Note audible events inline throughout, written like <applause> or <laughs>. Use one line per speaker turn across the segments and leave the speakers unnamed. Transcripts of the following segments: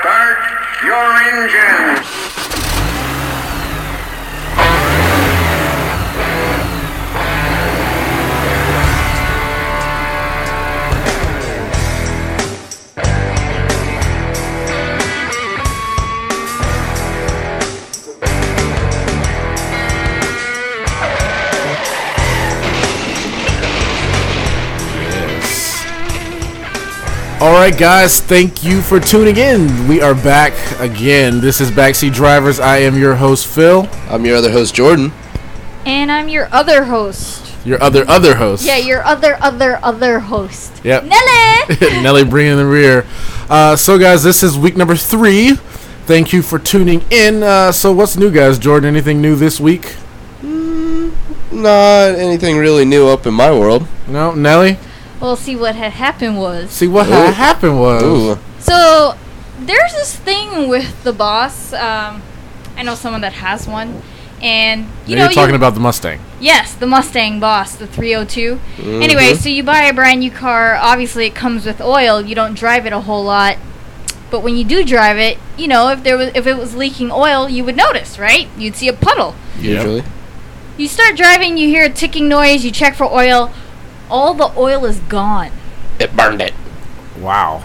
Start your engines.
All right, guys, thank you for tuning in. We are back again. This is Backseat Drivers. I am your host, Phil,
I'm your other host, Jordan.
And I'm your other host.
your other other host.
Yeah, your other, other, other host.
Yep. <laughs>
Nelly!
Nelly bringing the rear. Uh, so, guys, this is week number three. Thank you for tuning in. Uh, so, what's new, guys? Jordan, anything new this week?
Mm, Not anything really new up in my world.
No, Nelly.
well, see, what had happened was.
See what
Ooh.
ha- happened was.
Ooh,
So, there's this thing with the boss. Um, I know someone that has one. And, you
now
know,
you're talking
you,
about the Mustang.
Yes, the Mustang Boss, the 302.
Mm-hmm.
Anyway, so you buy a brand new car. Obviously, it comes with oil. You don't drive it a whole lot. But when you do drive it, you know, if there was if it was leaking oil, you would notice, right? You'd see a puddle.
usually.
You start driving, you hear a ticking noise, you check for oil. All the oil is gone.
It burned it.
Wow.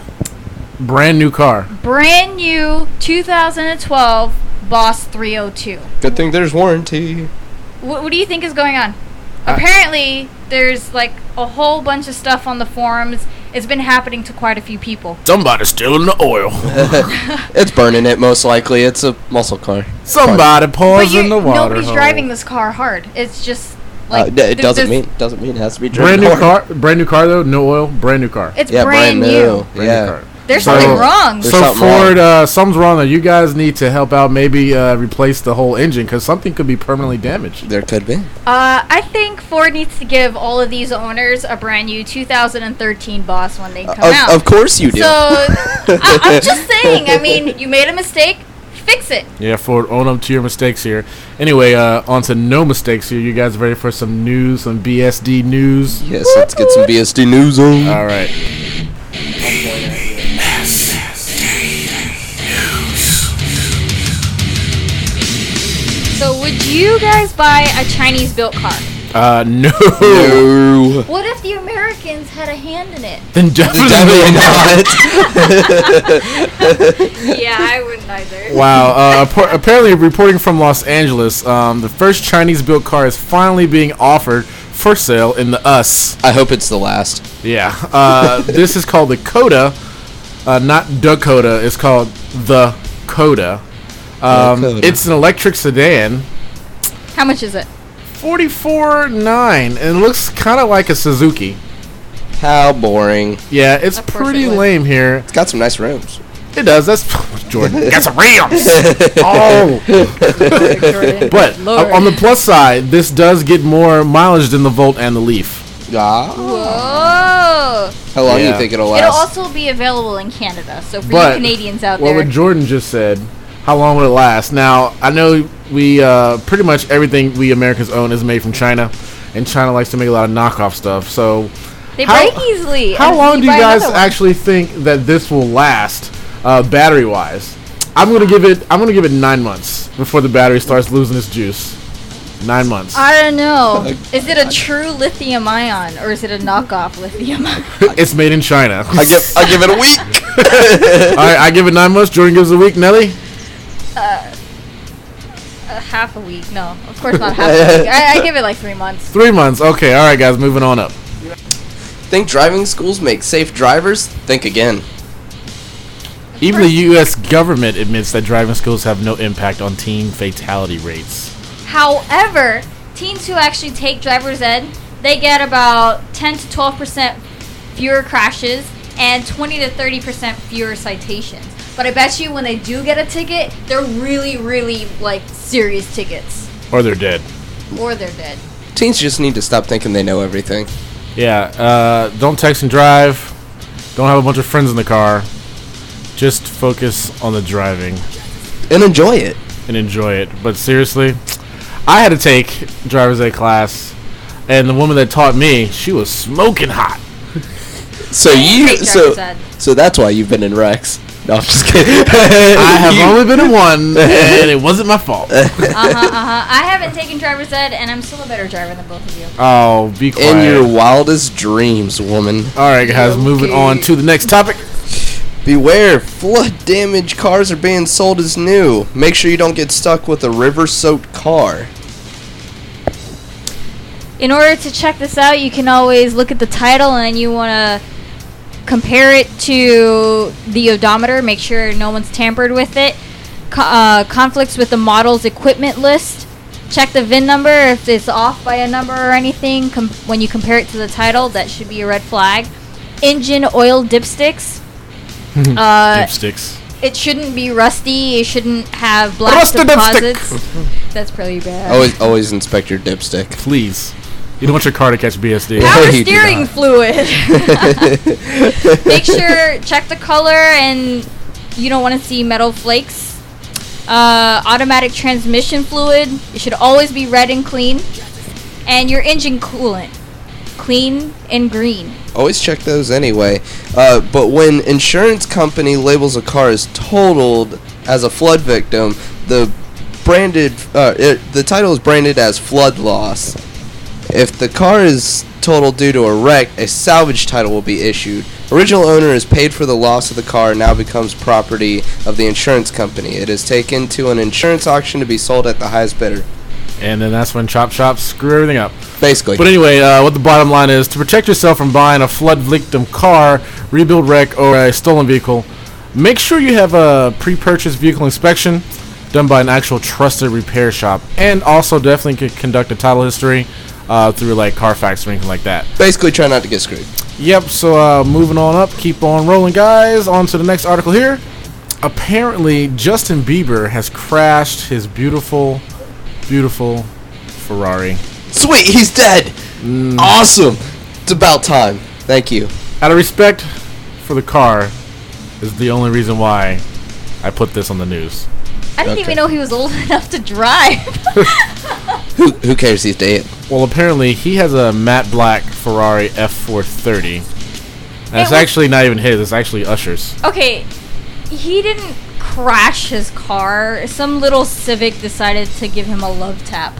Brand new car.
Brand new 2012 Boss 302.
Good thing there's warranty.
What, what do you think is going on?
I-
Apparently, there's like a whole bunch of stuff on the forums. It's been happening to quite a few people.
Somebody stealing the oil.
It's burning it, most likely. It's a muscle car.
Somebody
But
pours
you-
in the water.
nobody's
hole.
driving this car hard. It's just
Uh,
like
no, it
th-
doesn't
this-
mean doesn't mean it has to be driven
Brand new
hard.
car. Brand new car though. No oil. Brand new car.
It's
Yeah,
brand, new.
Brand
yeah.
new car.
There's
So-
something wrong.
There's
so
something
Ford, uh, something's wrong there. You guys need to help out. Maybe uh, replace the whole engine because something could be permanently damaged.
There could be.
Uh, I think Ford needs to give all of these owners a brand new 2013 Boss when they come
Uh, Of,
out.
of course you do.
So I, I'm <laughs> just saying. I mean, you made a mistake, fix it.
Yeah, Ford, own up to your mistakes here. Anyway, uh, on to no mistakes here. You guys ready for some news? Some BSD news.
yes, let's get some BSD news on.
All right.
So would you guys buy a Chinese-built car?
Uh, <laughs> no.
No.
What if the Americans had a hand in it?
then definitely, <laughs> not.
Definitely not.
<laughs> yeah, I wouldn't either.
Wow. Uh, appar- apparently, reporting from Los Angeles, um, the first Chinese-built car is finally being offered for sale in the US.
I hope it's the last.
Yeah. Uh, this is called the Coda, uh, not Dakota. It's called the Coda. Um,
Dakota.
It's an electric sedan,
How much <laughs> is it?
forty-four nine, and it looks kind of like a Suzuki.
How boring.
Yeah, it's
Of course
pretty
it would.
lame here.
It's got some nice rims.
It does. That's <laughs> Jordan. Got some rims. oh, <laughs> but uh, on the plus side, this does get more mileage than the Volt and the Leaf.
Ah.
Whoa!
How long do
Yeah.
you think it'll last?
It'll also be available in Canada. So for
But
you Canadians out
Well,
there,
what Jordan just said, how long will it last? Now, I know we uh, pretty much everything we Americans own is made from China, and China likes to make a lot of knockoff stuff. So,
they
how-
break easily.
how
and
long do you
buy
guys
another one.
actually think that this will last, uh, battery wise? I'm gonna give it. I'm gonna give it nine months before the battery starts losing its juice. Nine months.
I don't <laughs> know. Is it a true lithium ion or is it a knockoff lithium ion?
<laughs>
<laughs>
it's made in China.
I give I give it a week. <laughs>
All right, I give it nine months. Jordan gives it a week. Nelly.
Uh, half a week? No, of course not half a <laughs> week. I, I give it like three months.
Three months. Okay. All right, guys. Moving on up.
Think driving schools make safe drivers? Think again.
Even the U.S. government admits that driving schools have no impact on teen fatality rates.
However, teens who actually take driver's ed, they get about 10 to 12 percent fewer crashes and 20 to 30 percent fewer citations. But I bet you when they do get a ticket, they're really, really like serious tickets,
Or they're dead.
or they're dead.
Teens just need to stop thinking they know everything.
Yeah, uh, don't text and drive. Don't have a bunch of friends in the car. Just focus on the driving
And enjoy it.
and enjoy it. But seriously, I had to take driver's ed class, and the woman that taught me, she was <laughs> smoking hot.
So you
take
so
driver's ed.
<laughs> so that's why you've been in wrecks.
No, I'm just kidding.
<laughs>
I have
You-
only been in <laughs> one, and it wasn't my <laughs> fault.
Uh huh. Uh huh. I haven't taken driver's ed, and I'm still a better driver than both of you.
Oh, be quiet.
In your wildest dreams, woman.
All right, guys, moving on to the next topic.
Beware, flood damaged cars are being sold as new. Make sure you don't get stuck with a river soaked car.
In order to check this out, you can always look at the title, and you want to compare it to the odometer. Make sure no one's tampered with it. Co- uh, conflicts with the model's equipment list. Check the VIN number if it's off by a number or anything. Com- when you compare it to the title, that should be a red flag. Engine oil dipsticks. uh,
Dipsticks.
It shouldn't be rusty. It shouldn't have black
Rusted dipstick.
deposits. That's pretty bad.
Always, always inspect your dipstick.
Please. You don't want your car to catch BSD.
Power
you do
steering
not.
fluid.
<laughs>
Make sure check the color, and you don't want to see metal flakes. Uh, automatic transmission fluid. It should always be red and clean. And your engine coolant, clean and green.
Always check those anyway. Uh, but when insurance company labels a car as totaled as a flood victim, the branded uh, it, the title is branded as flood loss. If the car is totaled due to a wreck, a salvage title will be issued. Original owner is paid for the loss of the car and now becomes property of the insurance company. It is taken to an insurance auction to be sold at the highest bidder.
And then that's when Chop Chop screw everything up.
Basically,
But anyway, uh, what the bottom line is to protect yourself from buying a flood victim car, rebuild wreck, or a stolen vehicle, make sure you have a pre purchase vehicle inspection done by an actual trusted repair shop. And also, definitely c- conduct a title history uh, through like Carfax or anything like that.
basically try not to get screwed.
Yep, so uh, moving on up, keep on rolling, guys. On to the next article here. Apparently, Justin Bieber has crashed his beautiful, beautiful Ferrari.
Sweet, he's dead. Awesome. It's about time. Thank you.
Out of respect for the car, is the only reason why I put this on the news.
I didn't
Okay.
even know he was old <laughs> enough to drive. <laughs>
Who who cares? He's dead.
Well, apparently, he has a matte black Ferrari F430. And it's
was-
actually not even his, it's actually Usher's.
okay, he didn't crash his car. Some little civic decided to give him a love tap.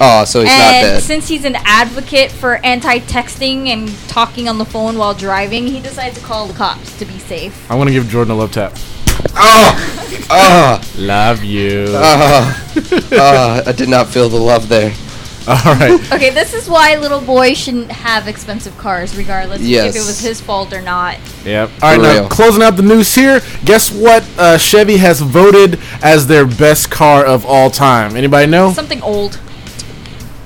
Oh, so he's not
and
dead.
since he's an advocate for anti-texting and talking on the phone while driving, he decided to call the cops to be safe.
I want to give Jordan a love tap.
oh, oh,
Love you.
oh, oh, I did not feel the love there.
<laughs> All right.
Okay, this is why little boys shouldn't have expensive cars, regardless
Yes.
if it was his fault or not.
Yep. All right,
For
now
real.
closing out the news here. Guess what? Uh, Chevy has voted as their best car of all time. Anybody know?
Something old.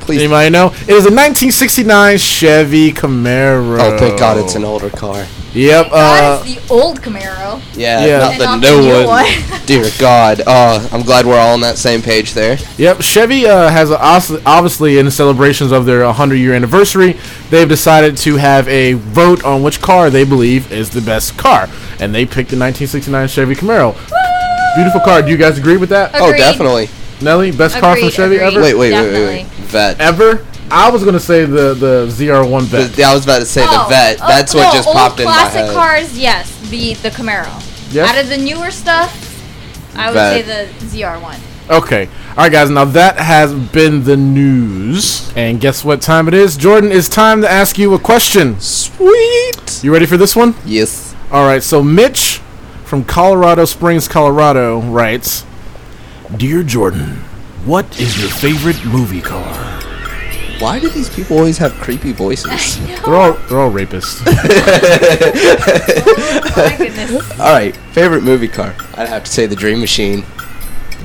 Please.
Anybody know? It is a 1969 Chevy Camaro.
Oh, thank God, it's an older car.
Yep. Uh,
God, it's the old Camaro.
Yeah,
Yeah.
not
And
the
not
new
the new
one.
one.
<laughs> Dear God. Oh, I'm glad we're all on that same page there.
yep. Chevy uh, has a, obs- obviously in celebrations of their 100 year anniversary, they've decided to have a vote on which car they believe is the best car, and they picked the 1969 Chevy Camaro. Beautiful car. Do you guys agree with that,
Agreed.
Oh, definitely.
Nelly? Best car from
Agreed,
Chevy
agreed.
ever?
Wait, wait, wait, wait, wait.
Definitely.
Vet.
ever. I was gonna say the the ZR1
The-
bet.
the- I was about to say the
Oh,
vet.
oh,
That's what
no,
just
old
popped in my
classic
head.
cars, yes, the the Camaro.
Yes?
Out of the newer stuff, I would
That-
say the
<laughs>
ZR1.
Okay, all right, guys. Now that has been the news, and guess what time it is? Jordan, it's time to ask you a question.
Sweet.
You ready for this one?
Yes.
All right. So Mitch from Colorado Springs, Colorado, writes, "Dear Jordan, what is your favorite movie car?"
Why do these people always have
<laughs>
creepy voices?
They're all they're all
<laughs>
rapists.
Oh my goodness.
All right, favorite movie car? I'd have to say the Dream Machine.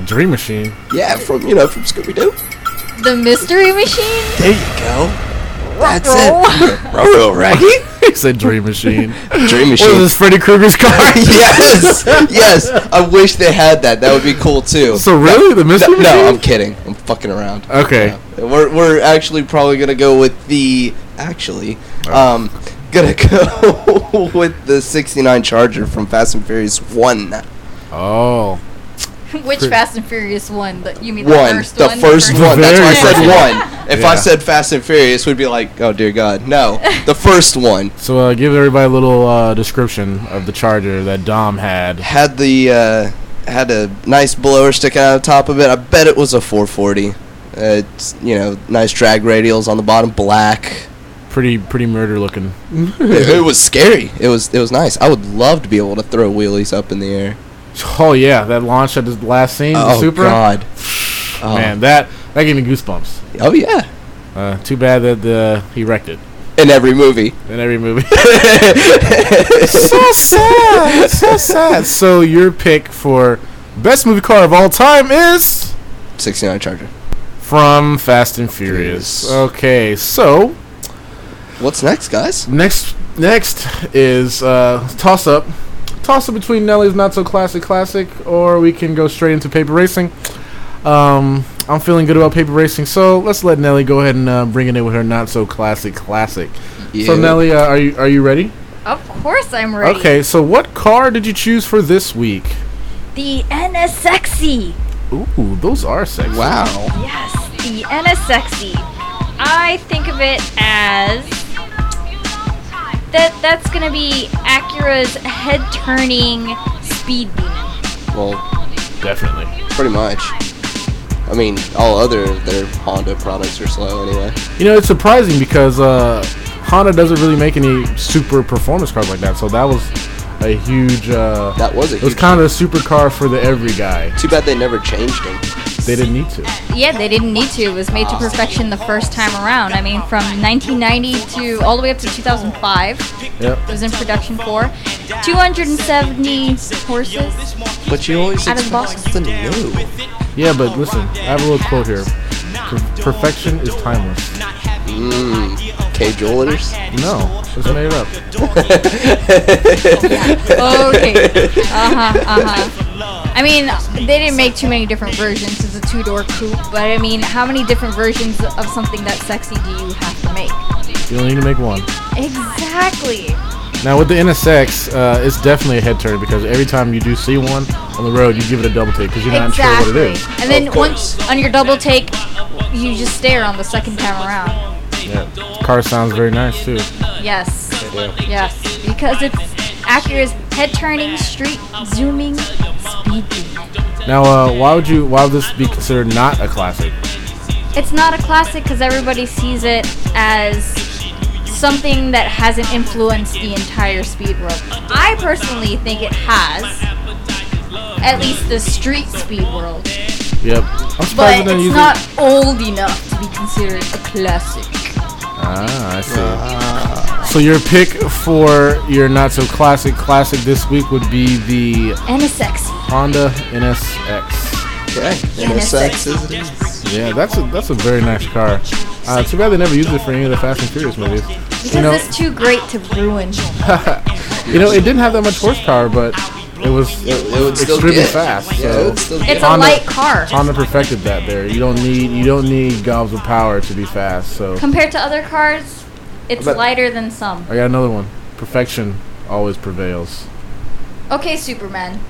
Dream Machine.
Yeah, from you know from Scooby Doo.
the mystery machine. Oh.
There you go. That's
Ruh-roh.
it. Roro Raggy.
he said Dream Machine.
<laughs> Dream
What is <laughs>
Machine.
this Freddy Krueger's
<laughs>
car?
yes, yes. I wish they had that. That would be cool too.
So really, the mystery
No,
machine?
no, I'm kidding. I'm fucking around.
Okay.
No. We're we're actually probably gonna go with the actually um gonna <laughs> go with the '69 Charger from Fast and Furious One.
Oh.
<laughs> Which Fast and Furious one? The, you mean the
one,
first
the
one?
first one. That's why
very
I said
first
one. If I
Yeah.
said Fast and Furious, we'd be like, oh dear
<laughs>
God, no, the first one
So uh, give everybody a little uh, description of the charger that Dom had.
had the uh, had a nice blower sticking out of the top of it. I bet it was a 440. Uh, it's you know nice drag radials on the bottom, black.
Pretty pretty murder looking.
<laughs> it, it was scary. It was it was nice. I would love to be able to throw wheelies up in the air.
Oh yeah, that launch at the last scene, the
oh
Supra.
<sighs> God. Oh.
Man, that that gave me goosebumps.
Oh yeah.
Uh, too bad that uh, he wrecked it
In every movie.
in every
<laughs>
movie. so sad, so sad. So your pick for best movie car of all time is
69 Charger.
from Fast and Furious.
Furious.
Okay, so
What's next, guys?
Next, next is uh, toss up, toss up between Nelly's not so classic classic, or we can go straight into paper racing. Um, I'm feeling good about paper racing, so let's let Nelly go ahead and uh, bring it in with her not so classic classic. So
You.
Nelly, uh, are you are you ready?
Of course, I'm ready.
Okay, so what car did you choose for this week?
The NSXE.
Ooh, those are sexy.
Wow.
E. Yes, the NSXE. E. I think of it as that that's gonna be Acura's head-turning speed demon.
Well,
Definitely.
pretty much. I mean, all other of their Honda products are slow anyway.
You know, it's surprising because uh, Honda doesn't really make any super performance cars like that, so that was a huge. Uh,
That was a
It was
huge-
kind of a supercar for the every guy.
Too bad they never changed them.
They didn't need to.
Yeah, they didn't need to. It was made to perfection the first time around. I mean, from 1990 to all the way up to 2005, it
Yep.
was in production for 270 horses.
But you always
Out of the box.
expect something new.
Yeah, but listen, I have a little quote here. Per- perfection is timeless.
Mmm. K Jewelers?
No, it's made up.
Oh, Okay. Uh huh. Uh huh. I mean, they didn't make too many different versions. It's a two-door coupe, but I mean, how many different versions of something that's sexy do you have to make?
You only need to make one.
Exactly.
Now with the NSX, uh, it's definitely a head turn because every time you do see one on the road, you give it a double take because you're not
exactly.
sure what it is.
And then
Of course.
once on your double take, you just stare on the second time around.
Yeah. Car sounds very nice too.
Yes. Yes. Because it's Acura's head turning, street zooming, speeding.
Now, uh, why would you? Why would this be considered not a classic?
It's not a classic because everybody sees it as something that hasn't influenced the entire speed world. I personally think it has. At least the street speed world.
Yep. I'm surprised they
But
didn't
it's
use
not
it.
old enough to be considered a classic.
Ah, I see. so your pick for your not so classic classic this week would be the
And a sexy.
Honda NSX.
Okay.
NSX.
NSX is it?
Yeah, that's a that's a very nice car. Uh, too bad they never used it for any of the Fast and Furious movies.
Because
You know,
it's too great to ruin.
you know, it didn't have that much horsepower, but it was
It, it would still
extremely
get.
fast.
Yeah,
so
it would still
It's
get.
a
Honda-
light car.
Honda perfected that. There, you don't need you don't need gobs of power to be fast. So
Compared to other cars, it's
But-
lighter than some.
I got another one. Perfection always prevails. <laughs>
Okay, Superman.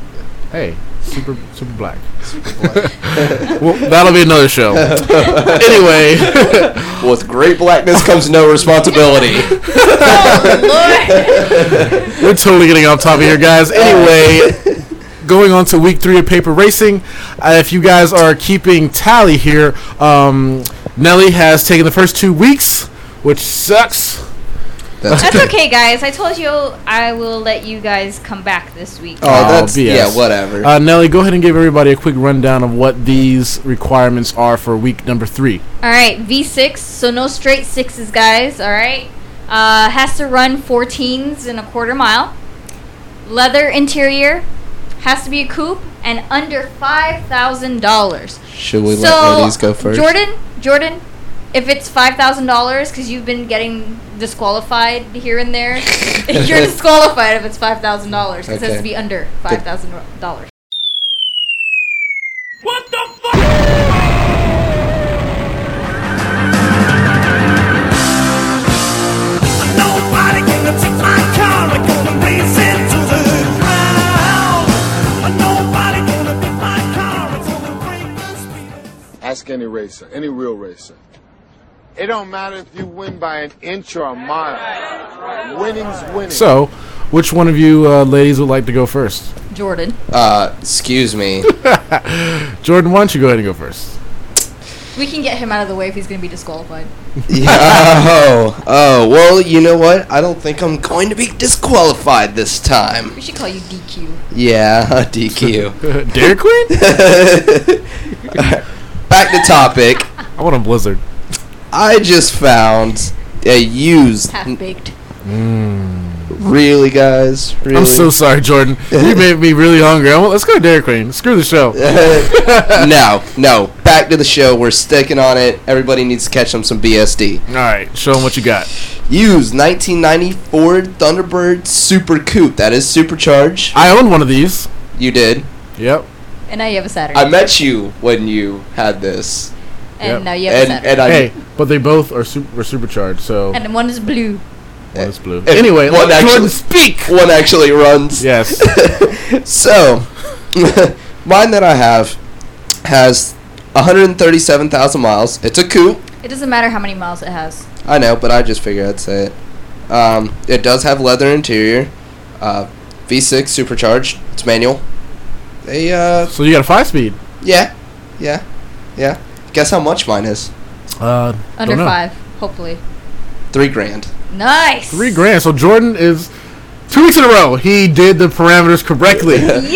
Hey, super super black. <laughs> well, that'll be another
<laughs>
show. anyway, <laughs>
With great blackness comes no responsibility.
we're totally getting off topic here, guys.
<laughs>
Anyway, going on to week three of paper racing. Uh, if you guys are keeping tally here, um, Nelly has taken the first two weeks, which sucks.
That's okay, guys. I told you I will let you guys come back this week.
Oh, that's
BS.
yeah, whatever.
Uh, Nelly, go ahead and give everybody a quick rundown of what these requirements are for week number three.
All right, V6, so no straight sixes, guys. All right. Uh, has to run 14s in a quarter mile. Leather interior. Has to be a coupe and under $5,000.
<laughs> Should we
so
let ladies go first?
Jordan, Jordan, if it's five thousand dollars because you've been getting disqualified here and there, <laughs>
<laughs>
you're disqualified if it's five thousand dollars because it has
Okay.
to be under five thousand dollars.
Nobody can take my car. I'm gonna race it to the ground. Nobody gonna take my car.
Ask any racer, any real racer. It don't matter if you win by an inch or a mile. Winning's
<laughs>
winning.
So, which one of you uh, ladies would like to go first?
Jordan.
Uh, excuse me.
Jordan, why don't you go ahead and go first?
We can get him out of the way if he's going to be disqualified.
<laughs> Yeah, <laughs> oh, oh, well, you know what? I don't think I'm going to be disqualified this time.
We should call you DQ.
Yeah, <laughs> DQ.
<laughs> Dairy Queen?
Back to topic.
I want a Blizzard.
I just found a used.
Half baked.
Really, guys? Really?
I'm so sorry, Jordan. <laughs> You made me really hungry. I want, let's go to Dairy Queen. Screw the show.
<laughs> no, no. Back to the show. We're sticking on it. Everybody needs to catch them some BSD.
All right, show them what you got.
Used 1994 Thunderbird Super Coupe. That is supercharged.
I own one of these.
You did.
Yep.
And now you have a Saturday.
I met you when you had this,
and
Yep.
now you have
and
a
and
Saturday.
I
Hey, but they both are super, were supercharged, so
And, one is blue.
one is blue.
eh,
Anyway,
one
let Jordan
actually-
speak.
one actually runs.
Yes.
So, <laughs> mine that I have has 137,000 miles. It's a coupe.
It doesn't matter how many miles it has.
I know, but I just figured I'd say it. Um, it does have leather interior, uh, V6 supercharged. It's manual. They
<laughs>
uh,
So you got a five speed.
yeah, yeah, yeah. Guess how much mine is?
Uh,
Under
don't know.
five, hopefully.
Three grand.
Nice.
Three grand. So Jordan is two weeks in a row. He did the parameters <laughs> correctly.
Yes.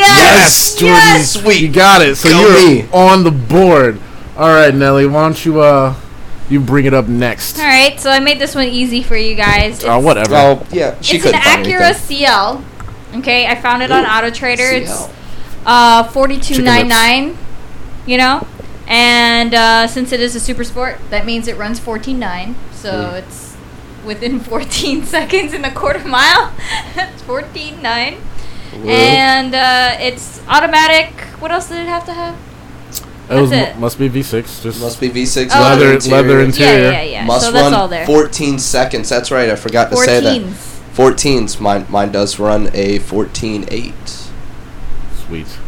Yes,
Yes.
Jordan.
Sweet.
You got it. So
Go
you're
me.
on the board. All right, Nelly. Why don't you uh, you bring it up next?
All right. So I made this one easy for you guys.
Uh,
It's-
whatever.
Well, yeah, she
it's an
couldn't find
Acura
anything.
CL. Okay, I found it on Auto Trader. It's
CL.
uh forty two nine nine. You know, and uh, since it is a super sport, that means it runs fourteen nine. So it's within <laughs> fourteen seconds in a quarter mile. <laughs> it's fourteen nine, and uh, it's automatic. What else did it have to have?
it was
that's it.
must be V6. Just
Must be V6
Oh,
leather
leather,
interior.
leather
Yeah,
interior.
yeah, yeah.
Must
so that's
run
all there.
14 seconds. That's right. I forgot to say that.
14s.
14s. Mine, mine does run a 14.8.
Sweet.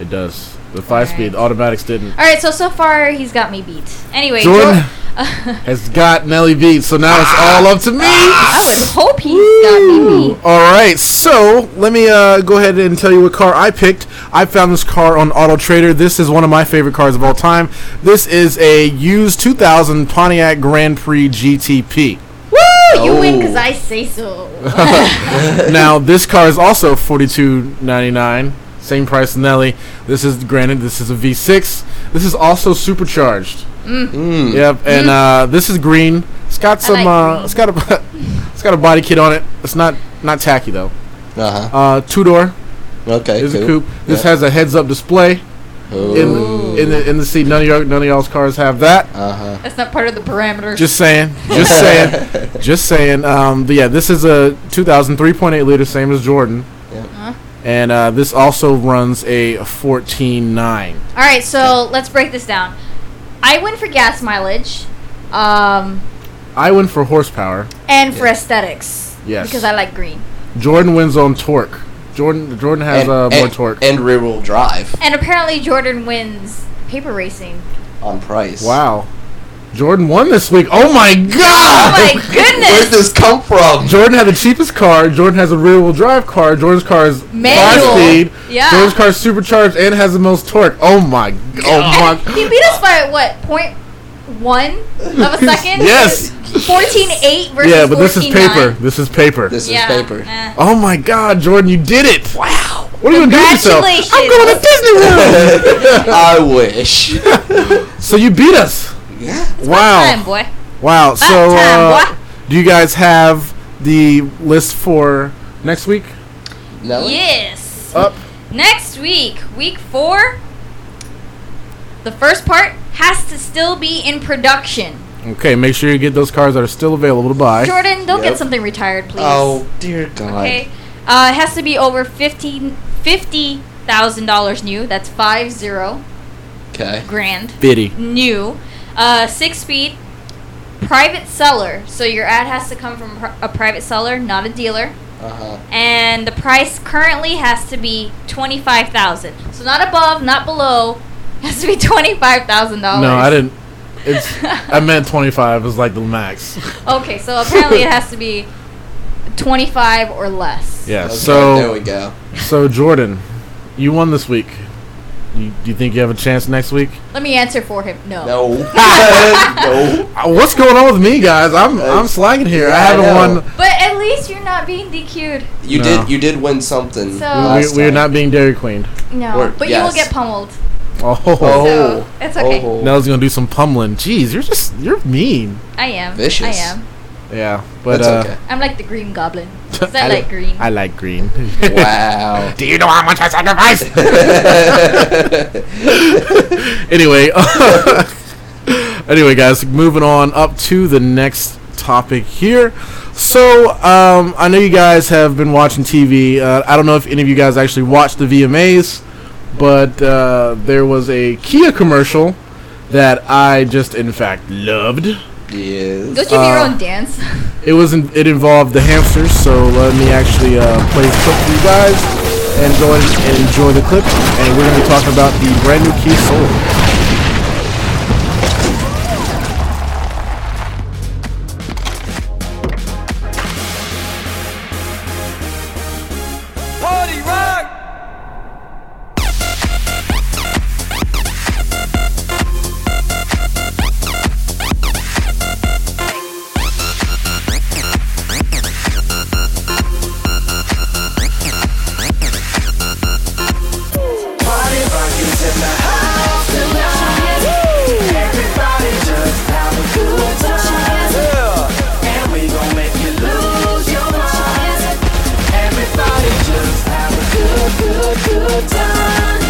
It does. The five speed automatics didn't.
All right, so so far he's got me beat. Anyway, <laughs>
Jordan
Jor-
has got Nelly beat, so now it's all up to me.
Ah. I would hope he's got me beat.
All right, so let me uh, go ahead and tell you what car I picked. I found this car on Auto Trader. This is one of my favorite cars of all time. This is a used 2000 Pontiac Grand Prix GTP.
Woo! You win because
Oh.
I say so.
<laughs> now this car is also 42.99, same price as Nelly. This is granted this is a V6. This is also supercharged.
Mm.
Yep, and uh, this is green. It's got some.
like
uh,
green.
it's got a. <laughs> it's got a body kit on it. It's not not tacky though.
Uh huh.
Uh, two door
Okay.
is a
cool.
coupe. This
Yeah. Oh.
has a heads up display in the, in the in the seat. None of y'all none of y'all's cars have that.
Uh huh.
That's not part of the parameter.
Just saying.
<laughs>
Just saying. just saying. Um, but yeah, this is a 2003.8 liter, same as Jordan.
Yeah.
Uh-huh.
And uh, this also runs a 14.9.
All right, so let's break this down. I win for gas mileage, um,
I win for horsepower.
and for aesthetics.
Yes.
Because I like green.
Jordan wins on torque. Jordan Jordan has
And,
uh, more
and-
torque.
and rear wheel drive
And apparently Jordan wins
<laughs>
paper racing.
on price.
Wow. Jordan won this week. Oh my
Oh
god!
my
<laughs>
Where'd
goodness!
this come from?
Jordan had the cheapest car. Jordan has a rear wheel drive car. Jordan's car is
Manual.
five speed.
Yeah.
Jordan's car is supercharged and has the most torque. Oh my oh my
He beat us by what point one
<laughs>
of a second?
Yes.
Fourteen eight versus
Yeah, but this is
14.9.
paper. This is paper.
This
Yeah.
is paper.
<laughs> eh.
oh my god, Jordan, you did it! Wow. What are you gonna do with yourself? I'm
Congratulations.
going to Disney World!
<laughs> I wish.
so you beat us.
yeah.
Wow.
Time, boy.
Wow. So
time,
uh, do you guys have the list for next week?
Nelly?
Yes.
Up.
Next week, week four, the first part has to still be in production.
Okay, make sure you get those cars that are still available to buy.
Jordan, don't
Yep.
get something retired, please.
Oh dear God.
Okay. Uh, it has to be over fifteen fifty thousand dollars new. That's five zero
Okay.
grand
Biddy.
new. Uh, six speed, private seller. So your ad has to come from pri- a private seller, not a dealer.
Uh huh.
and the price currently has to be 25,000. So not above, not below. <laughs> has to be twenty-five thousand dollars.
No, I didn't. It's I meant 25 is like the
<laughs>
max.
Okay, so
<laughs>
apparently it has to be twenty-five or less.
Yeah.
Okay, there we
So
go.
so Jordan, you won this week. You, do you think you have a chance next week?
Let me answer for him. No.
No, <laughs> no.
Uh, What's going on with me, guys? I'm I'm slacking here. I
Uh, yeah, I
haven't
know.
won.
But at least you're not being DQ'd.
You
No.
did. You did win something.
So-
We,
Last
we're not being Dairy Queen.
No.
Or-
but you will
yes.
get pummeled.
Oh,
Oh.
So it's okay.
Oh.
Nell's gonna do some pummeling. Jeez, you're just you're mean.
I am. I
Vicious.
am.
Yeah, but
That's
uh,
okay.
I'm like the
<laughs>
green goblin. Is
I
that like
li-
green?
I like green. <laughs>
Wow.
do you know how much I sacrifice? <laughs> anyway, <laughs> anyway, guys, moving on up to the next topic here. So, um, I know you guys have been watching TV. Uh, I don't know if any of you guys actually watched the VMAs, but uh, there was a Kia commercial that I just, in fact, loved.
yes.
Don't you do your
Uh.
own dance? <laughs>
It was in, it involved the hamsters, so let me actually uh, play a clip for you guys and go ahead and enjoy the clip. And we're gonna be talking about the brand new Kia Soul.
Party rock! Party rock is in the house tonight. Everybody just have a good time. Yeah. And we gon' make you lose your mind. Everybody just have a good, good, good time.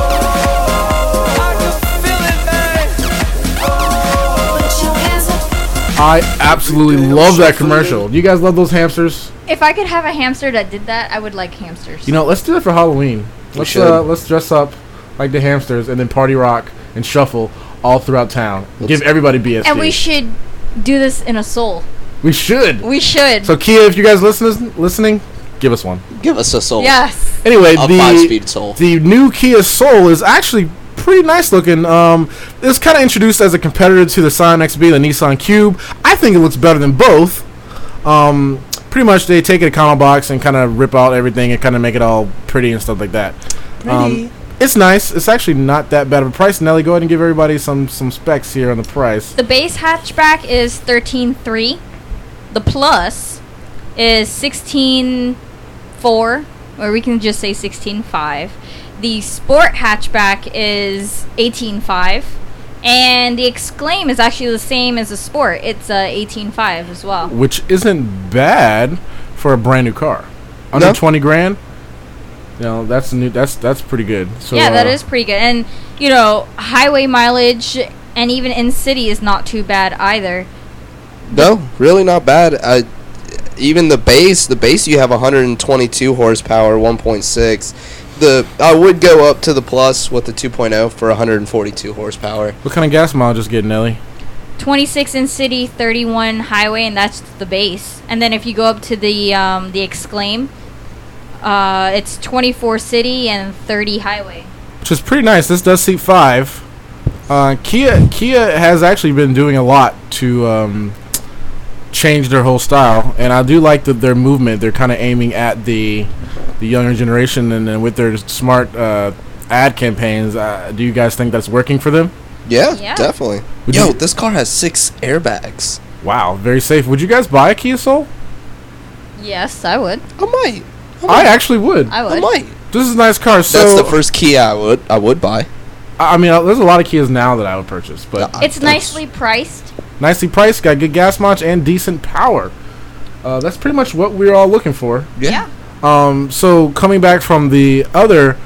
Oh, I can feel it, man. Oh, put your hands up.
I absolutely love that commercial. You guys love those hamsters?
If I could have a hamster that did that, I would like hamsters.
You know, let's do that for Halloween. Let's
should.
uh, let's dress up like the hamsters and then party rock and shuffle all throughout town. Give everybody BSD.
and we should do this in a soul.
we should.
We should.
So Kia, if you guys listen listening, give us one.
Give us a
Oh.
soul.
yes.
Anyway,
A
the
five-speed soul.
the new Kia Soul is actually pretty nice looking. Um, it's kind of introduced as a competitor to the Scion XB, the Nissan Cube. I think it looks better than both. Um, pretty much they take a combo box and kind of rip out everything and kind of make it all pretty and stuff like that. Um, it's nice. It's actually not that bad of a price. Nelly, go ahead and give everybody some some specs here on the price.
The base hatchback is thirteen three. The plus is sixteen four, or we can just say sixteen five. The sport hatchback is eighteen five, and the exclaim is actually the same as the sport. It's uh, eighteen five as well.
which isn't bad for a brand new car. Under
No.
twenty grand. You know, that's new. That's that's pretty good. So
yeah, that
uh,
is pretty good. And you know, highway mileage and even in city is not too bad either.
No, really not bad. I, even the base, the base you have 122 horsepower, 1.6. The I would go up to the plus with the 2.0 for 142 horsepower.
What kind of gas mileage is getting, Nelly?
Twenty six in city, thirty one highway, and that's the base. And then if you go up to the um, the exclaim, uh, it's twenty four city and thirty highway.
Which is pretty nice. This does seat five. Uh, Kia Kia has actually been doing a lot to um, change their whole style, and I do like that their movement. They're kind of aiming at the the younger generation, and then with their smart uh, ad campaigns, uh, do you guys think that's working for them?
Yeah,
Yeah.
definitely.
Would
Yo,
you-
this car has six airbags.
Wow, very safe. Would you guys buy a Kia Soul?
Yes, I would.
I might.
I actually would.
I
I
would.
might.
This is a nice car. So
That's the first key I would I would buy.
I I mean, uh, there's a lot of Kias now that I would purchase, but
Uh,
It's
that's-
nicely priced.
nicely priced, got good gas mileage and decent power. Uh, that's pretty much what we're all looking for.
Yeah.
Um, so coming back from the other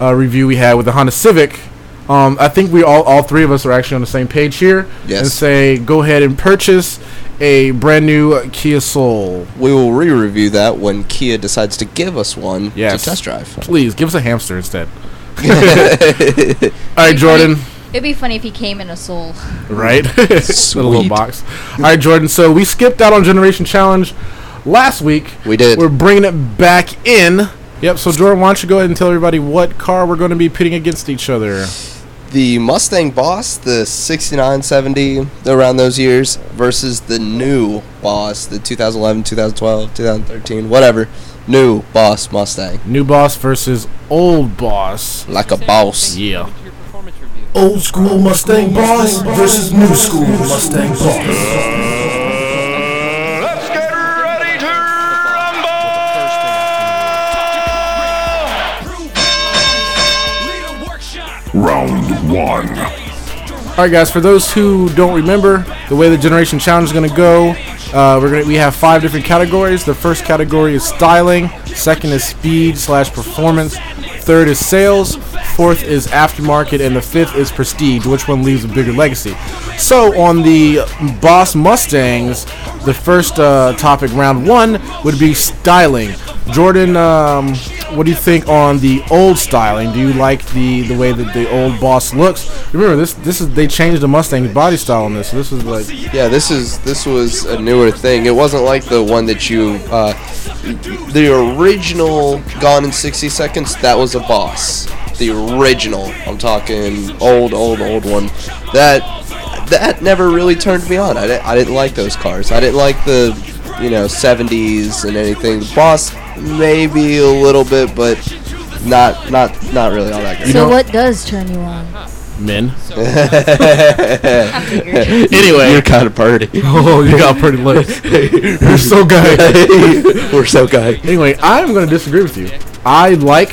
uh, review we had with the Honda Civic, um, I think we all all three of us are actually on the same page here and
Yes.
say go ahead and purchase a brand new uh, Kia Soul.
We will re-review that when Kia decides to give us one
Yes.
to test drive.
Please give us a hamster
<laughs>
instead. <laughs> all right, Jordan.
It'd be funny if he came in a soul.
Right? <laughs> With a little
Sweet.
box. All right, Jordan. So we skipped out on Generation Challenge last week.
We did.
We're bringing it back in. Yep. So Jordan, why don't you go ahead and tell everybody what car we're going to be pitting against each other?
The Mustang Boss, the 69, 70, around those years, versus the new Boss, the 2011, 2012, 2013, whatever. New Boss Mustang.
New boss versus old boss.
Like a boss.
Yeah.
Your performance review.
Old school Mustang boss versus new school Mustang boss.
Let's get ready to
Round one.
All right, guys. For those who don't remember, the way the Generation Challenge is going to go, uh, we're going to we have five different categories. The first category is styling. Second is speed slash performance. Third is sales. Fourth is aftermarket, and the fifth is prestige. Which one leaves a bigger legacy? So on the Boss Mustangs, the first uh, topic, round one, would be styling. Jordan, um, what do you think on the old styling? Do you like the, the way that the old Boss looks? Remember this this is they changed the Mustang's body style on this. So this is like
Yeah, this is this was a newer thing. It wasn't like the one that you, uh, the original Gone in 60 Seconds. That was a boss. The original. I'm talking old, old, old one. That that never really turned me on. I, di- I didn't like those cars. I didn't like the you know 70s and anything. The boss maybe a little bit, but not not not really all that great.
You know-
So what does turn you on?
men.
I figured.
Anyway,
You're kind of party.
<laughs> oh, you got pretty lips. <laughs> You're so <laughs> good.
We're so good.
Anyway, I'm going to disagree with you. I like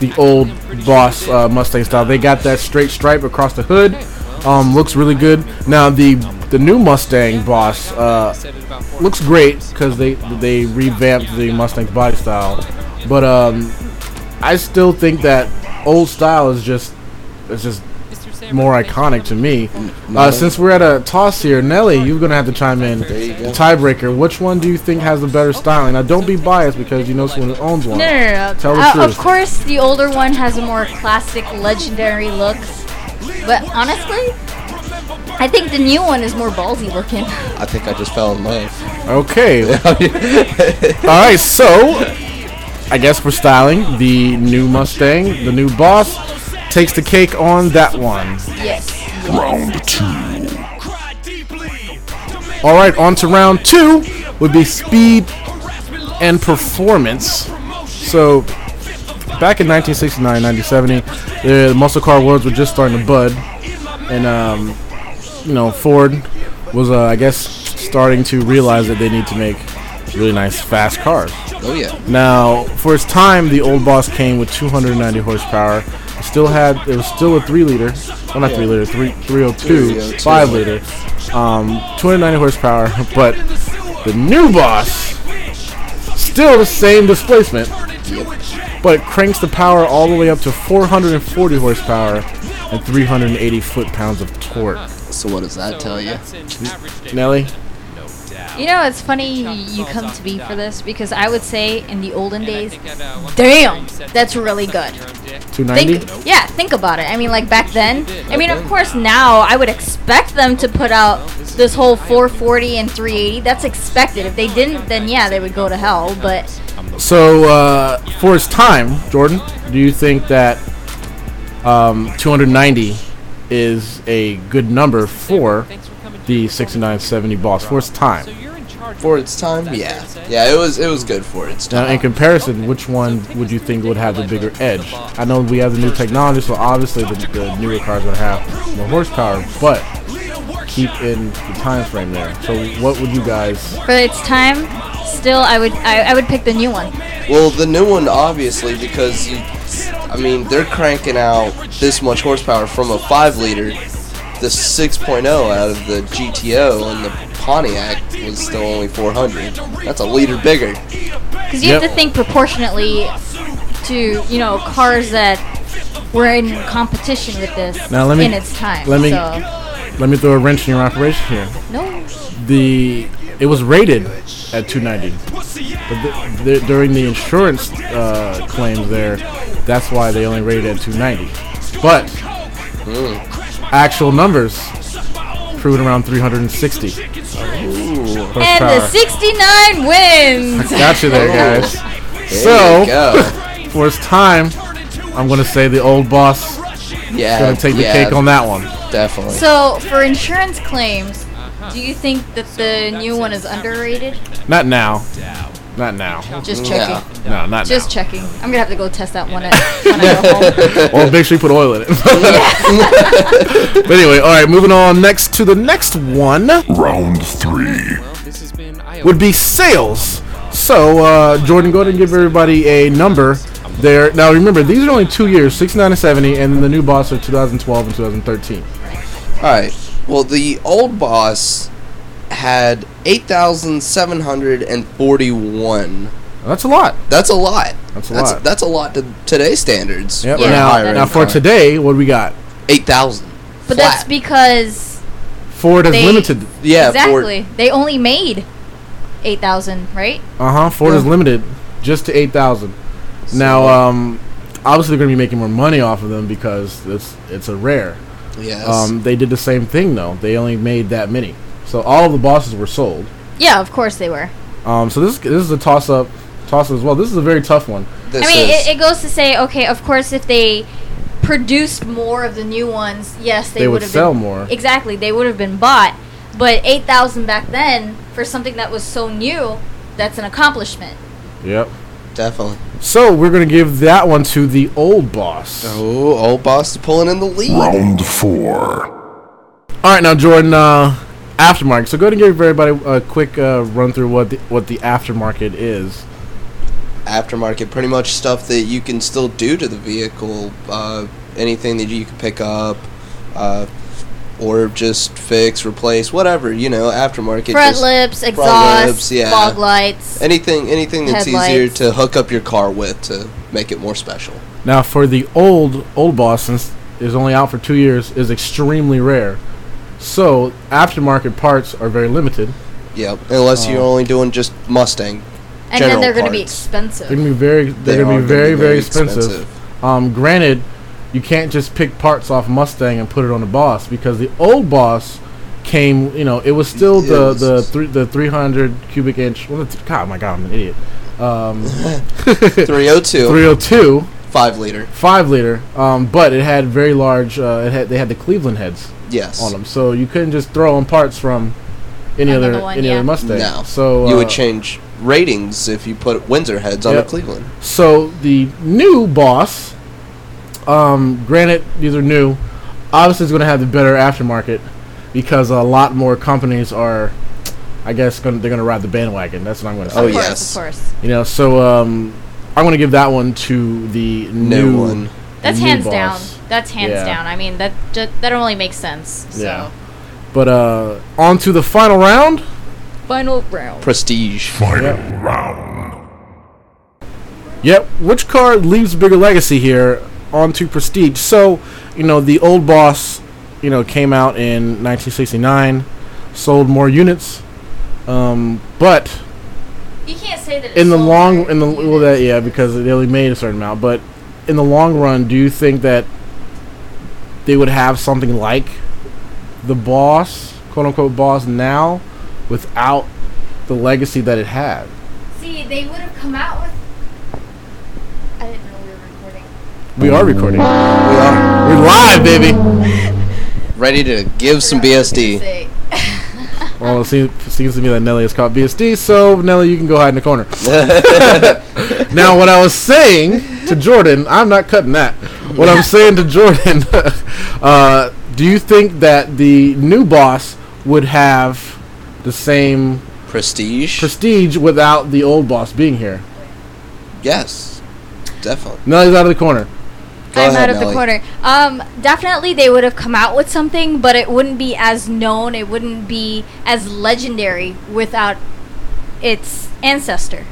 the old Boss uh, Mustang style. They got that straight stripe across the hood. Um, looks really good. Now the the new Mustang Boss uh, looks great because they they revamped the Mustang body style. But um, I still think that old style is just is just more iconic to me. Uh, since we're at a toss here, Nelly, you're gonna have to chime in. The tiebreaker. Which one do you think has the better styling? Now, don't be biased because you know someone who owns one.
No, no, no. no.
Tell the
uh,
truth.
Of course, the older one has a more classic, legendary look. But honestly, I think the new one is more ballsy looking.
I think I just fell in love.
Okay. All right. So, I guess we're styling the new Mustang. The new boss takes the cake on that one.
yes.
All right. On to round two would be speed and performance. So, back in 1969, 1970, the muscle car wars were just starting to bud, and um, you know Ford was, uh, I guess, starting to realize that they need to make really nice, fast cars.
Oh yeah.
Now, for its time, the old boss came with 290 horsepower. It still had, it was still a three liter, well not three liter, three 302,
302.
five liter, um, 290 horsepower. <laughs> But the new boss, still the same displacement, but it cranks the power all the way up to 440 horsepower and 380 foot pounds of torque.
So what does that tell you?
Nelly,
You know, it's funny you come to me for this because I would say in the olden days, damn, that's really good.
290.
Think, yeah, think about it. I mean, like back then. I mean, of course, now I would expect them to put out this whole 440 and 380. That's expected. If they didn't, then yeah, they would go to hell. But
So, uh, for its time, Jordan, do you think that um, 290 is a good number for the 6970 boss for its time?
For its time, yeah, yeah, it was it was good for its
Now, in
time.
comparison, which one would you think would have the bigger edge? I know we have the new technology, so obviously the, the newer cars would have more horsepower, but keep in the time frame there. So, what would you guys?
for its time, still, I would I, I would pick the new one.
Well, the new one obviously because you, I mean they're cranking out this much horsepower from a five liter. The 6.0 out of the GTO and the Pontiac was still only 400. That's a liter bigger.
Because you
Yep.
have to think proportionately to you know cars that were in competition with this
Now, let me-
in its time.
let me-
so,
Let me throw a wrench in your operation here.
no.
the it was rated at 290 but the, the, during the insurance uh, claims there that's why they only rated at 290 but actual numbers proved around 360
And the
horsepower.
<laughs>
69 wins.
got you there guys
There
So-
you go.
for his time, I'm gonna say the old boss
Yeah.
gonna take the
Uh, yeah,
cake on that one.
Definitely.
So for insurance claims, do you think that the new one is underrated?
Not now. Not now.
Just checking.
Yeah.
No, not
Just checking. I'm gonna have to go test that one
<laughs>
at, when I go home.
now. Well, make sure you put oil in it. <laughs> but anyway, all right. Moving on next to the next one
Round three.
Well, this has been Iowa.
would be sales. So uh, Jordan, go ahead and give everybody a number. There. Now remember, these are only two years, 69 and 70, and then the new boss are 2012 and 2013.
All right. Well, the old boss had 8,741.
That's a lot.
That's a lot.
That's a
that's,
lot.
That's a lot to today's standards.
Yep.
for a
Yeah,
now,
higher
now
end
for
car.
today, what do we got?
8,000.
But that's
Flat.
because
Ford has
They-
limited.
Yeah, for-
exactly they only made eight thousand, right?
Uh huh. Ford is limited just to eight thousand. Now, um, obviously, they're going to be making more money off of them because it's it's a rare.
yes.
Um, they did the same thing though. They only made that many, so all of the bosses were sold.
Yeah, of course they were.
Um, so this this is a toss up, toss up as well. This is a very tough one.
this
I mean,
is,
it, it goes to say, okay, of course, if they produced more of the new ones, yes, they,
They would
have
sell
been,
more.
Exactly, they would have been bought. But eight thousand back then for something that was so new, that's an accomplishment.
Yep.
definitely.
So we're going to give that one to the old boss.
Oh, old boss pulling in the lead.
Round four.
All right, now Jordan, uh, aftermarket. So go ahead and give everybody a quick uh, run through what the, what the aftermarket is.
Aftermarket, pretty much stuff that you can still do to the vehicle. Uh, anything that you can pick up. Uh, or just fix, replace, whatever you know. Aftermarket,
Front
just
lips,
front
exhaust,
lips, yeah.
fog lights.
anything anything that's easier
Headlights.
to hook up your car with to make it more special.
Now, for the old old boss, since is only out for two years, is extremely rare. So aftermarket parts are very limited.
Yep. Unless
Oh.
you're only doing just Mustang.
and then
general
they're going to be
parts.
expensive.
They're gonna be very
They
they're gonna
are
be
gonna
very
be
very
very
expensive.
expensive.
Um, granted, you can't just pick parts off Mustang and put it on the boss because the old boss came. You know, it was still
It
the
was-
the three, the 300 cubic inch. Well, the, God, my God, I'm an idiot. Um,
302,
302
5 liter.
five liter, um, but it had very large. Uh, it had they had the Cleveland heads.
Yes.
on them. So you couldn't just throw in parts from any
Another
other
one,
any
yeah.
other Mustang.
No.
So
you
uh,
would change ratings if you put Windsor heads on
Yep.
a Cleveland.
So the new boss, um, granted these are new, obviously is going to have the better aftermarket because a lot more companies are, I guess, gonna, they're going to ride the bandwagon. That's what I'm going to
Oh,
say.
of course,
yes.
of course.
You know, so um, I'm going to give that one to the
New
new
one.
That's
new
hands
boss.
down. That's hands
Yeah.
down. I mean, that ju- that only makes sense. So.
Yeah. But uh, on to the final round.
Final round.
Prestige.
Final
Yep.
round.
Yep. Which car leaves bigger legacy here onto prestige? So, you know, the old boss, you know, came out in 1969, sold more units, um, but
You can't say that. It's
in the
sold
long
very
in the
few
well, that
units.
yeah, because they only made a certain amount. But in the long run, do you think that they would have something like the boss, quote unquote, boss now, without the legacy that it had?
See, they would have come out with. I didn't know we were recording.
We are recording.
We are
We're live, baby.
ready to give some
Say-
BSD.
Well, it seems, seems to me that Nelly has caught BSD, so Nelly, you can go hide in the corner. now, what I was saying to Jordan, I'm not cutting that. What I'm saying to Jordan, <laughs> uh, do you think that the new boss would have the same
Prestige?
prestige without the old boss being here?
yes. Definitely.
Nelly's out of the corner.
Go
I'm
ahead,
out of the
Nelly.
corner. Um, definitely, they would have come out with something, but it wouldn't be as known. It wouldn't be as legendary without its ancestor.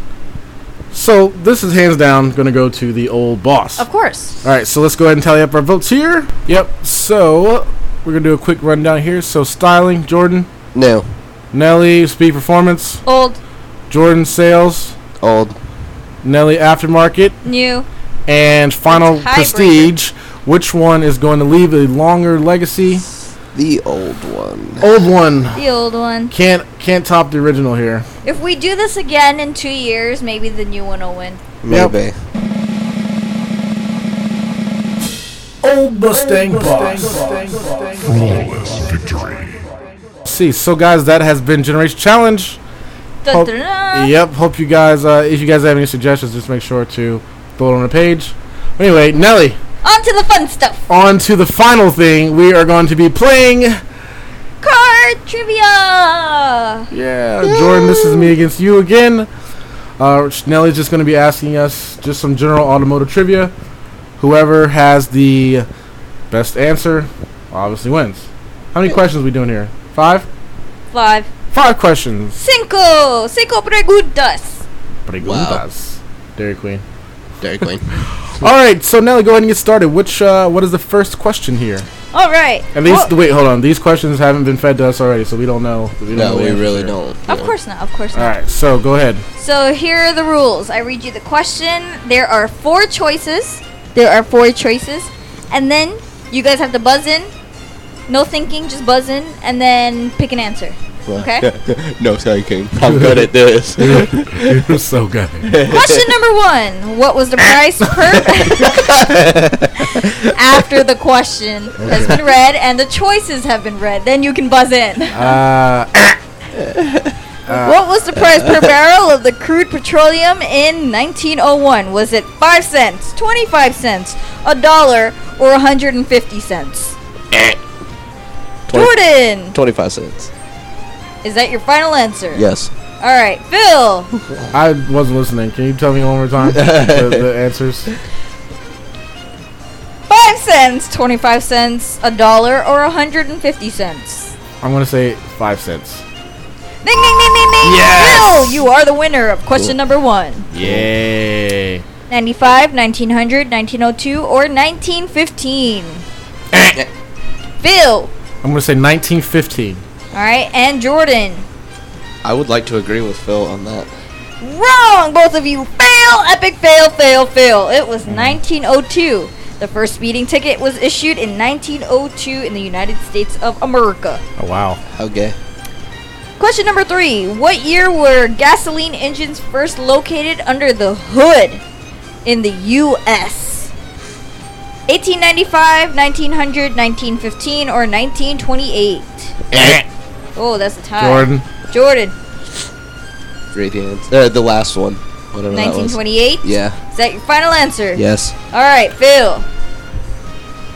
So this is hands down going to go to the old boss.
Of course.
All right, so let's go ahead and tally up our votes here. Yep. So we're gonna do a quick rundown here. So styling, Jordan,
No.
Nelly, speed performance,
Old,
Jordan sales,
Old.
Nelly aftermarket,
new.
and final
Tiebreaker.
prestige. Which one is going to leave a longer legacy?
The old one.
Old one
The old one.
can't can't top the original here.
If we do this again in two years, maybe the new one will win.
Maybe.
Old Mustang Boss.
Flawless victory.
See, so guys, that has been Generation Challenge.
Dun, dun, dun.
Yep. Hope you guys, uh, if you guys have any suggestions, just make sure to throw it on the page. Anyway, Nelly,
On to the fun stuff.
on to the final thing. We are going to be playing.
Card trivia.
Yeah, uh, Jordan, this is me against you again. Uh, Nelly's just going to be asking us just some general automotive trivia. Whoever has the best answer obviously wins. How many questions we doing here? Five?
Five,
Five questions.
cinco, cinco preguntas.
Preguntas. Dairy Queen. <laughs>
Dairy Queen.
All right, so Nelly, go ahead and get started. Which, uh, what is the first question here?
All right.
At least,
Oh,
wait, hold on. These questions haven't been fed to us already, so we don't know. We don't
no,
know the
we
answers
really
here.
don't.
of
yeah.
course not. Of course
All
not.
right, so go ahead.
So here are the rules. I read you the question. There are four choices. There are four choices, and then you guys have to buzz in. No thinking, just buzz in, and then pick
<laughs>
an answer. Okay.
<laughs> no, sorry, King. I'm good
<laughs>
at this.
<laughs> You're so good.
Question number one: What was the price per? <laughs> After the question has been read and the choices have been read, then you can buzz in.
<laughs> Uh,
What was the price per barrel of the crude petroleum in 1901? Was it 5 cents, 25 cents, a dollar, or 150 cents?
Twenty-
Jordan!
25 cents.
Is that your final answer?
Yes.
Alright, Phil!
I wasn't listening. Can you tell me one more time the,
<laughs>
the answers?
5 cents, 25 cents, a dollar, or 150 cents?
I'm gonna say five cents.
Ding, ding, ding, ding, ding! Phil, you are the winner of question number one.
Yay!
95, 1900, 1902, or 1915? Phil!
I'm gonna say 1915.
Alright, and Jordan.
I would like to agree with Phil on that.
Wrong! Both of you fail! Epic fail, fail, fail. It was 1902. The first speeding ticket was issued in 1902 in the United States of America.
Oh wow!
Okay.
Question number three What year were gasoline engines first located under the hood in the U.S.? 1895, 1900, 1915, or 1928? oh, that's a
Eh,
tie.
Jordan,
Jordan,
Three hands. Uh, the last one. Whatever that was.
1928?
Yeah.
Is that your final answer?
Yes.
Alright, Phil.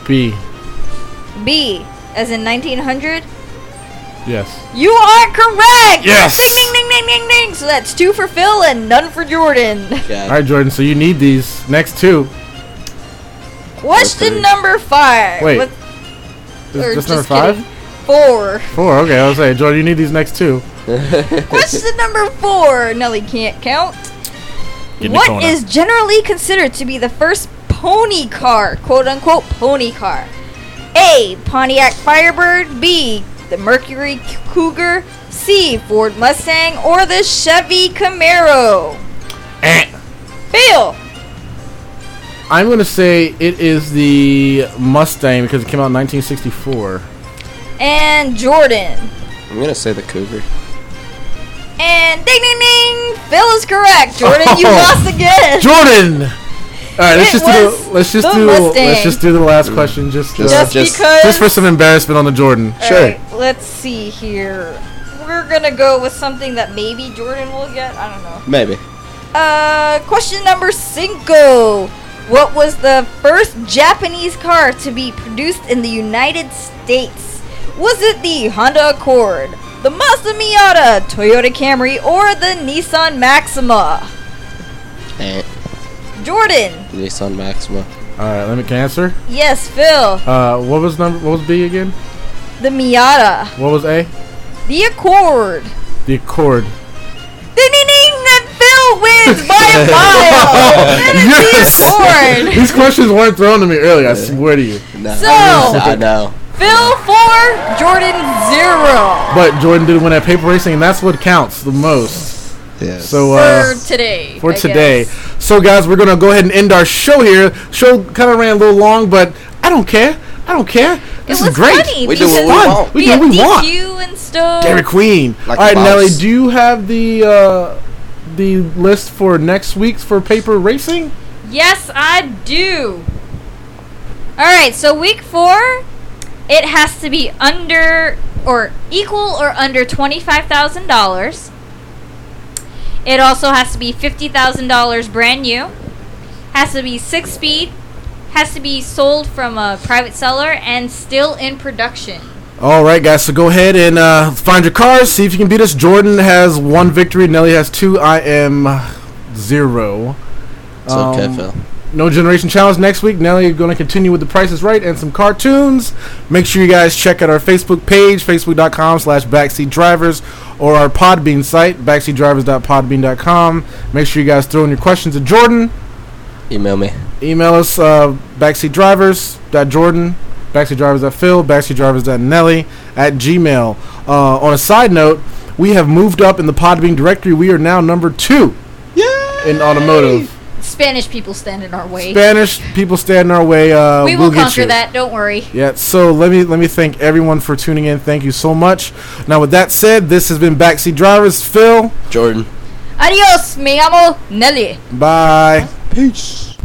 B.
B, as in 1900.
Yes.
You are correct!
Yes!
Ding, ding, ding, ding, ding, ding! So that's two for Phil and none for Jordan.
All
Yeah.
right, Jordan. So you need these next two.
Question number five.
Wait.
What-
Just,
or
just
just
number five,
kidding.
<laughs>
Four.
four. Okay, I was saying, Jordan, you need these next two.
Question number four. Nelly can't count.
Get in the
What
corner.
is generally considered to be the first pony car, quote unquote pony car? A. Pontiac Firebird. B. The Mercury Cougar. C. Ford Mustang. Or the Chevy Camaro. Phil.
I'm gonna say it is the Mustang because it came out in 1964.
And Jordan.
I'm gonna say the cougar.
And ding ding ding. Phil is correct. Jordan, you
Oh.
lost again.
Jordan. All right, let's
It
just do
was
the, let's just
the
do let's
Mustang.
just do the last question just to-
just,
just-
because.
just for some embarrassment on the Jordan.
Sure.
Alright, let's see here. We're gonna go with something that maybe Jordan will get. I don't know.
Maybe.
Uh, question number cinco. What was the first Japanese car to be produced in the United States? Was it the Honda Accord, the Mazda Miata, Toyota Camry, or the Nissan Maxima?
Eh.
Jordan.
Nissan Maxima.
All right, let me can I answer.
Yes, Phil.
Uh, what was number? What was B again?
The Miata.
What was A?
The Accord.
The
<laughs>
Accord.
Ding ding ding! And Phil wins by
<laughs>
a mile.
Yes!
Corn.
These questions weren't thrown to me earlier. I swear to you.
No.
So-
I know.
Phil four, Jordan zero
But Jordan did win at paper racing, and that's what counts the most.
Yeah.
So uh,
for today.
for
I
today.
guess.
So guys, we're gonna go ahead and end our show here. Show kind of ran a little long, but I don't care. I don't care. This is
it was
great.
Funny
We do what we
because
want.
We do what we
had
want.
DQ and stuff.
Dairy Queen.
Like
All right,
the
Nelly,
boss.
do you have the uh, the list for next week's for paper racing?
Yes, I do. All right, so week four, it has to be under or equal or under twenty-five thousand dollars. It also has to be fifty thousand dollars brand new. Has to be six speed. Has to be sold from a private seller and still in production.
All right, guys. So go ahead and uh, find your cars. See if you can beat us. Jordan has one victory. Nelly has two. I am zero.
It's okay, Phil.
No generation challenge next week. Nelly going to continue with the Price is Right and some cartoons. Make sure you guys check out our Facebook page, facebook.com/slash backseat drivers, or our Podbean site, backseatdrivers.podbean.com. Make sure you guys throw in your questions to Jordan.
Email me.
Email us uh, backseatdrivers.jordan, backseatdrivers.phil, backseatdrivers.nelly at gmail. Uh, on a side note, we have moved up in the Podbean directory. We are now number two in automotive.
Spanish people stand in our way.
Spanish people stand in our way. Uh,
we will
we'll get
conquer
you.
that. Don't worry.
Yeah, so let me let me thank everyone for tuning in. Thank you so much. Now, with that said, this has been Backseat Drivers. Phil,
Jordan.
Adios, me amo Nelly.
bye.
Peace.